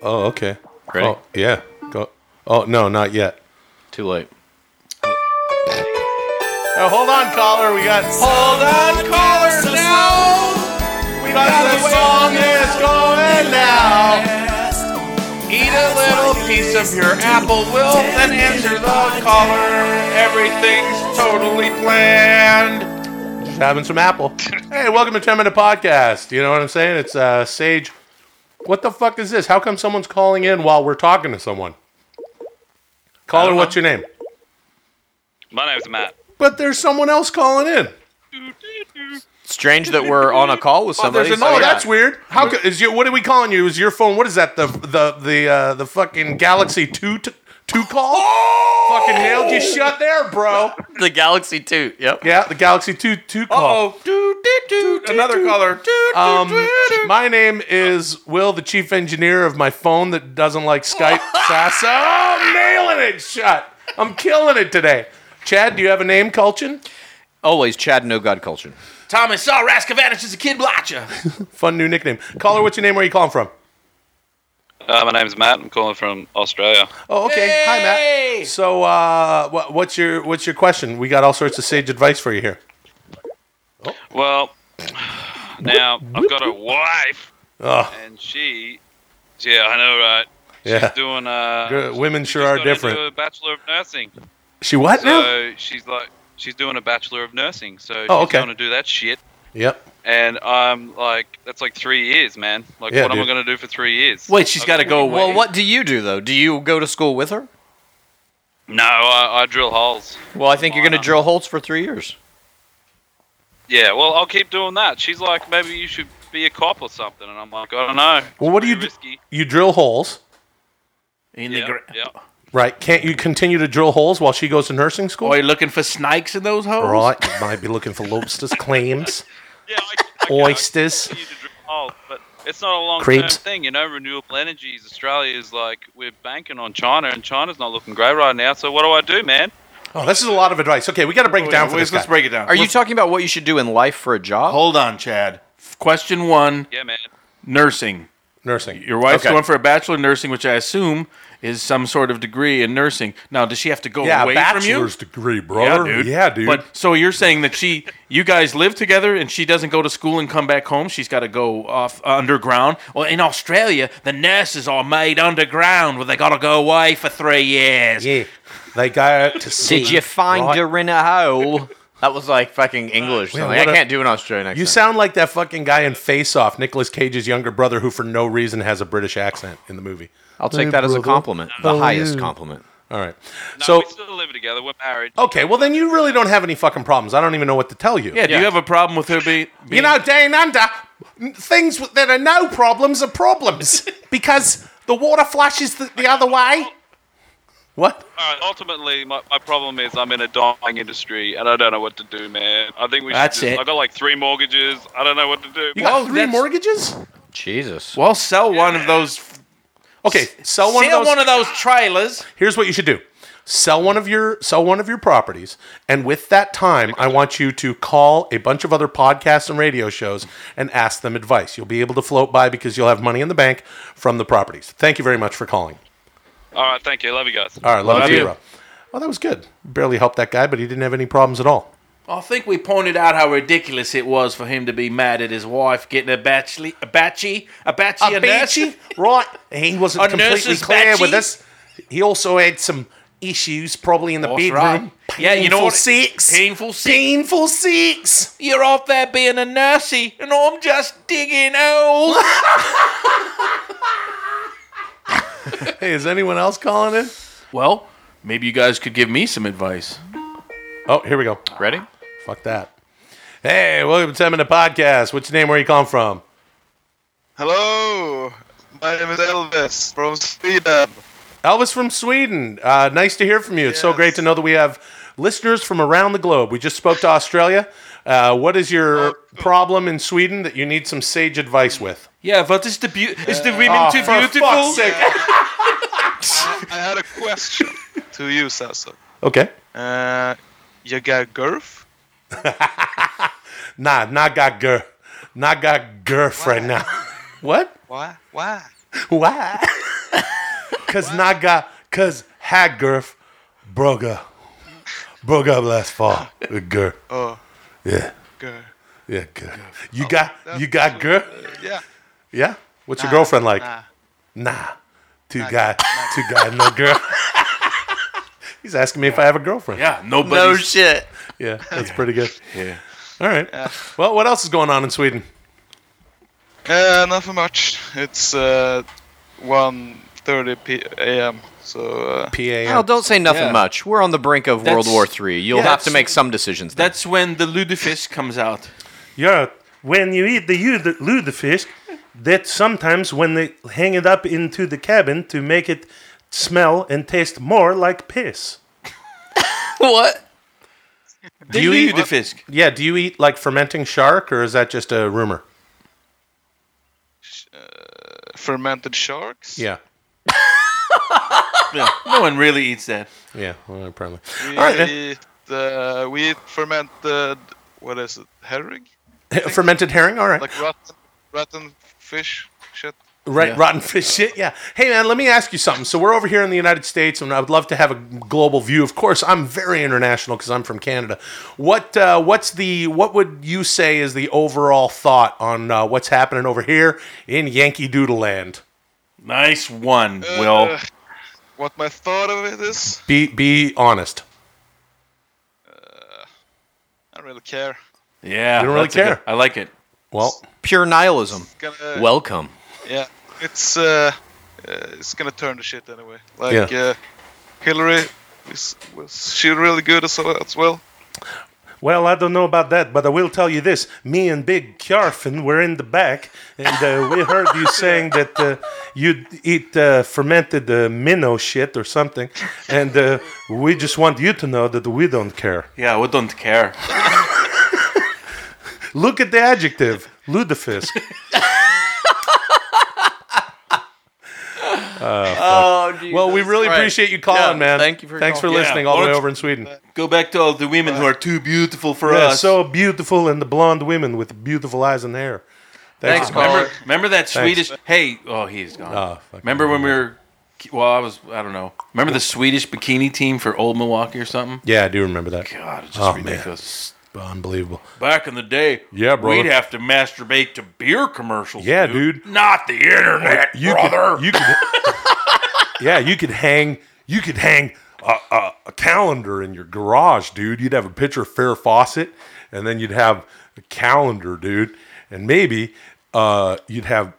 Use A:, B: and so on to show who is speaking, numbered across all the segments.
A: Oh, okay.
B: Ready?
A: Oh, yeah. Go. Oh, no, not yet.
B: Too late.
A: Oh, hold on, caller. We got. Hold on, caller. Now we got a song that's going now. Eat a little piece of your apple, will then answer the caller. Everything's totally planned. Just having some apple. Hey, welcome to 10 Minute Podcast. You know what I'm saying? It's uh, Sage. What the fuck is this? How come someone's calling in while we're talking to someone? Caller,
C: know.
A: what's your name?
C: My name's Matt.
A: But there's someone else calling in.
B: Strange that we're on a call with
A: Oh,
B: somebody.
A: there's an- oh,
B: so yeah.
A: that's weird. How could, is your what are we calling you? Is your phone? What is that? The the the uh, the fucking Galaxy two t- two call?
C: Oh!
A: Fucking nailed you shut there, bro.
B: the Galaxy 2. Yep.
A: Yeah, the Galaxy two two call.
B: Oh,
C: oh. Another caller.
A: Um, my name is Will, the chief engineer of my phone that doesn't like Skype. Sasso, oh, nailing it shut. I'm killing it today. Chad, do you have a name, Culchin?
B: Always Chad No God Culture.
C: Thomas saw Raskavanish as a kid blotcha.
A: Fun new nickname. Caller, what's your name? Where are you calling from?
C: Uh, my name's Matt. I'm calling from Australia.
A: Oh, okay. Hi, Matt. So, uh, what, what's your what's your question? We got all sorts of sage advice for you here.
C: Well, now I've got a wife,
A: Oh,
C: and she, yeah, I know, right?
A: yeah.
C: She's doing. Uh,
A: Good. Women
C: she
A: sure
C: just
A: are
C: got into
A: different.
C: A bachelor of nursing.
A: She what now?
C: So she's like, she's doing a bachelor of nursing. So
A: Oh,
C: she's
A: okay.
C: going to do that shit.
A: Yep.
C: And I'm like, that's like three years, man. Like,
A: Yeah,
C: what am I
A: dude.
C: going to do for three years?
B: Wait, she's
C: I've
B: got to go
C: one
B: Well,
C: week.
B: what do you do, though? Do you go to school with her?
C: No, I, I drill holes.
B: Well, I think you're going to
C: Why?
B: drill holes for three years.
C: Yeah, well, I'll keep doing that. She's like, maybe you should be a cop or something, and I'm like, I don't know.
A: Well, what do you
C: Pretty
A: do?
C: risky.
A: You drill holes,
D: In
C: Yeah,
D: the gra-
C: yeah.
A: right? Can't you continue to drill holes while she goes to nursing school?
D: Oh, you looking for snakes in those holes?
A: Right. Might be looking for lobsters, clams,
C: Yeah, I, I, I-
A: oysters.
C: I continue to drill holes, but it's not a long term
A: Crepes.
C: thing, you know. Renewable energies, Australia is like we're banking on China, and China's not looking great right now. So what do I do, man?
A: Oh, this is a lot of advice. Okay, we got to break it down
D: Wait,
A: for
D: wait,
A: this
D: let's
A: guy.
D: break it down.
B: Are you talking about what you should do in life for a job?
D: Hold on, Chad. Question one:
C: Yeah, man.
D: nursing.
A: Nursing.
D: Your wife's
A: Okay.
D: going for a bachelor in nursing, which I assume is some sort of degree in nursing. Now, does she have to go
A: yeah,
D: away from you?
A: bachelor's degree, brother.
D: But so you're saying that she, you guys live together, and she doesn't go to school and come back home. She's got to go off underground. Well, in Australia, the nurses are made underground, where they got to go away for three years.
A: yeah, they go out to sea.
B: Did you find
A: right?
B: her in a hole? That was like fucking English.
A: Man,
B: something. I
A: what a-
B: can't do an Australian accent.
A: You sound like that fucking guy in Face Off, Nicolas Cage's younger brother, who for no reason has a British accent in the movie.
B: I'll take that as a compliment. The
A: How are
B: highest
A: you?
B: compliment.
A: All right.
C: No,
A: so,
C: we still live together. We're married.
A: okay, well, then you really don't have any fucking problems. I don't even know what to tell you.
D: Yeah, do you have a problem with her be,
A: You
D: being?
A: know, Dane Under, n- things w- that are no problems are problems because the water flashes the, the other way. What?
C: All right, ultimately, my, my problem is I'm in a dying industry, and I don't know what to do, man. I think we should.
D: That's
C: just,
D: it.
C: I got like three mortgages. I don't know what to do.
A: You got
D: Well,
A: three
D: that's-
A: mortgages?
B: Jesus.
D: well, sell one of those.
A: Okay, sell one
D: sell
A: of those.
D: one of those trailers.
A: Here's what you should do. Sell one of your sell one of your properties, and with that time, I want you to call a bunch of other podcasts and radio shows and ask them advice. You'll be able to float by because you'll have money in the bank from the properties. Thank you very much for calling.
C: All right, thank you. Love you guys.
A: All right, love,
D: Love
A: you,
D: you.
A: bro. Well, that was good. Barely helped that guy, but he didn't have any problems at all.
D: I think we pointed out how ridiculous it was for him to be mad at his wife getting a bachelor, a batchy, a batchy, a, nurse.
A: Beachy? Right. He wasn't
D: A
A: completely
D: nurse's
A: clear
D: Beachy?
A: with this. He also had some issues probably in the
D: That's
A: bedroom.
D: right. Yeah, you know
A: Painful
D: what-
A: Six.
D: Painful sick.
A: Painful six.
D: You're off there being a nursey, and I'm just digging holes.
A: Hey, is anyone else calling in?
D: well, maybe you guys could give me some advice.
A: Oh, here we go.
B: Ready?
A: Fuck that. Hey, welcome to 10 Minute Podcast. What's your name? Where you calling from?
E: Hello, my name is Elvis from Sweden.
A: Elvis from Sweden. Uh, nice to hear from you. It's so
E: Yes.
A: great to know that we have listeners from around the globe. We just spoke to Australia. Uh, what is your problem in Sweden that you need some sage advice with?
D: Yeah, but is the beau- is the women
A: Oh,
D: too
A: for
D: beautiful?
A: fuck's sake.
E: I had a question to you, Sasso.
A: Okay.
E: Uh, you got girth?
A: Nah, not got girl. Not got girlfriend now. what?
E: Why? Why?
A: Why? Cause Naga, cause Haggerf broke up, broke up last fall. With girl,
E: Oh,
A: yeah,
E: good.
A: yeah, girl. You got, you got girl.
E: Yeah.
A: Yeah. What's your girlfriend like?
E: Nah.
A: Nah, two guy, two guy, no girl. He's asking me if I have a girlfriend.
D: Yeah,
B: No
D: nobody's.
B: shit.
A: yeah, that's pretty good.
D: yeah.
A: All right. Well, what else is going on in Sweden?
E: Uh, nothing much. It's uh, 1.30 p- a.m. So uh,
A: PA.
B: Al, don't say nothing
D: Yeah.
B: much. We're on the brink of World
D: That's-
B: War Three. You'll
A: yeah,
B: have to
A: that's-
B: make some decisions. Then.
D: That's when the lutefisk comes out.
F: Yeah, when you eat the u- the lutefisk, that sometimes when they hang it up into the cabin to make it smell and taste more like piss.
B: what?
D: Do you eat lutefisk?
A: Yeah. Do you eat like fermenting shark, or is that just a rumor?
E: fermented sharks.
A: Yeah.
D: Yeah. No one really eats that.
A: Yeah. Well, probably.
E: We
A: All right, then.
E: eat. Uh, we eat fermented. What is it? Herring?
A: Fermented herring. All right.
E: Like rotten, rotten fish shit.
A: Right,
D: Yeah.
A: rotten fish shit. Yeah. Hey, man, let me ask you something. So we're over here in the United States, and I would love to have a global view. Of course, I'm very international because I'm from Canada. What uh, What's the What would you say is the overall thought on uh, what's happening over here in Yankee Doodle Land?
D: Nice one, Will.
E: Uh, what my thought of it is,
A: Be Be honest.
E: I don't really care.
D: yeah.
A: you don't really
D: that's a good-
A: care.
D: I like it.
A: Well,
B: Pure nihilism.
E: Gonna,
B: Welcome.
E: yeah, it's uh, uh, it's gonna turn to shit anyway. Like
A: Yeah.
E: uh, Hillary, was, was she really good as, as well?
F: Well, I don't know about that, but I will tell you this: me and Big Kjarfin were in the back, and uh, we heard you saying that uh, you'd eat uh, fermented uh, minnow shit or something, and uh, we just want you to know that we don't care.
D: Yeah, we don't care.
F: Look at the adjective, lutefisk.
B: Oh,
A: well, we really appreciate you calling,
B: Yeah,
A: man.
B: thank you for
A: thanks
B: calling.
A: for
D: Yeah,
A: listening all
D: why
A: the way
D: don't
A: over in Sweden.
D: Go back to all the women who are too beautiful for
F: Yeah,
D: us.
F: so beautiful, and the blonde women with beautiful eyes and hair.
B: Thanks,
A: man.
B: caller.
D: Remember, remember that Swedish? Hey, oh, he's gone.
A: Oh, fuck.
D: remember when we were? Well, I was. I don't know. Remember the Swedish bikini team for Old Milwaukee or something?
A: Yeah, I do remember that.
D: God, it's just
A: Oh, man.
D: ridiculous.
A: Unbelievable.
D: Back in the day,
A: Yeah, brother.
D: we'd have to masturbate to beer commercials.
A: Yeah, dude.
D: Not the internet,
A: you
D: brother.
A: could, you could yeah you could hang you could hang a, a, a calendar in your garage dude you'd have a picture of fair fawcett and then you'd have a calendar dude and maybe uh, you'd have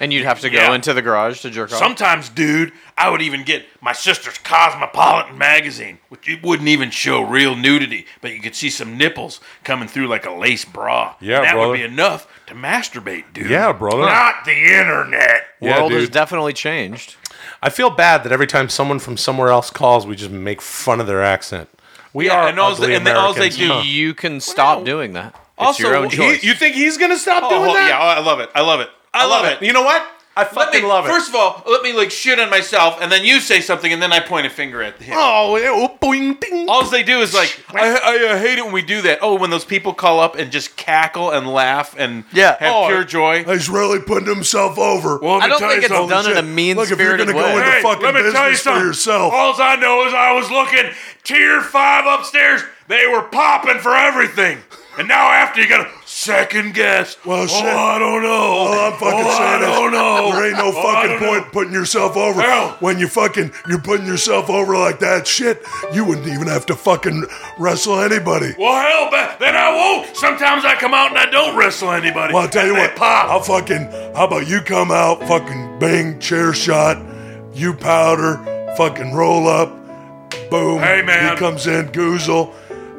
B: And you'd have to go
D: Yeah.
B: into the garage to jerk off.
D: Sometimes, dude, I would even get my sister's Cosmopolitan magazine, which it wouldn't even show real nudity, but you could see some nipples coming through like a lace bra.
A: Yeah,
D: And that
A: brother.
D: would be enough to masturbate, dude.
A: Yeah, brother.
D: Not the internet.
A: yeah,
B: world has
A: dude.
B: definitely changed.
A: i feel bad that every time someone from somewhere else calls we just make fun of their accent we
D: Yeah,
A: are
D: and alls they-
A: ugly
D: and they- alls they
A: Americans.
D: do- Huh.
B: You can stop doing that. It's your own
D: he-
B: choice.
D: you think he's gonna stop
A: doing that?
D: Oh, Yeah, I love it. I love it. I, love, it.
A: you know what i fucking
D: Let me-
A: love it
D: First of all, let me like shit on myself, and then you say something, and then I point a finger at him.
A: oh yeah, oh, boing, ding.
D: All they do is like, I, I, uh hate it when we do that. Oh, when those people call up and just cackle and laugh and
B: Yeah.
D: have
B: Oh,
D: pure joy.
A: he's really putting himself over
D: Oh,
B: I don't think it's done in a mean spirited way.
D: Hey, let me tell you something. All I know is I was looking tier five upstairs. They were popping for everything, and now after you got to second guess.
G: Well, shit.
D: Oh, I don't know.
G: All I'm fucking
D: Oh, I
G: saying is
D: don't know.
G: there ain't
D: Oh,
G: no
D: I
G: fucking
D: don't
G: point putting yourself over
D: Hell.
G: when you fucking you're putting yourself over like that. Shit, you wouldn't even have to fucking wrestle anybody.
D: Well, hell, ba- then I won't. Sometimes I come out and I don't wrestle anybody.
G: Well, I'll tell you
D: And they
G: what,
D: pop.
G: I'll fucking. How about you come out, fucking bang, chair shot, you powder, fucking roll up, boom.
D: Hey, man.
G: He comes in, goozle,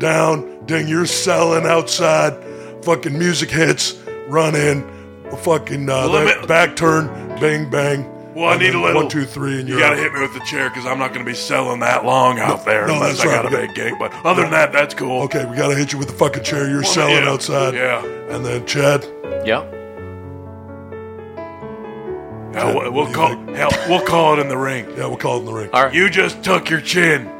G: down, ding, you're selling outside, fucking music hits, run in, fucking uh,
D: Let
G: that
D: me-
G: back turn, bang, bang.
D: Well, I
G: and
D: need
G: then
D: a little-
G: One, two, three, and
H: You
G: you're
H: gotta
G: out.
H: hit me with the chair because I'm not gonna be selling that long out there
G: no,
H: unless
G: that's
H: I
G: right.
H: got a big gig. But other than that, that's cool.
G: Okay, we gotta hit you with the fucking chair. You're selling
H: yeah,
G: outside.
H: yeah.
G: And then Chad.
B: Yep.
H: Hell, we'll
G: you
H: call hell, we'll call it in the ring.
G: Yeah, we'll call it in the ring.
B: All right.
H: You just tuck your chin.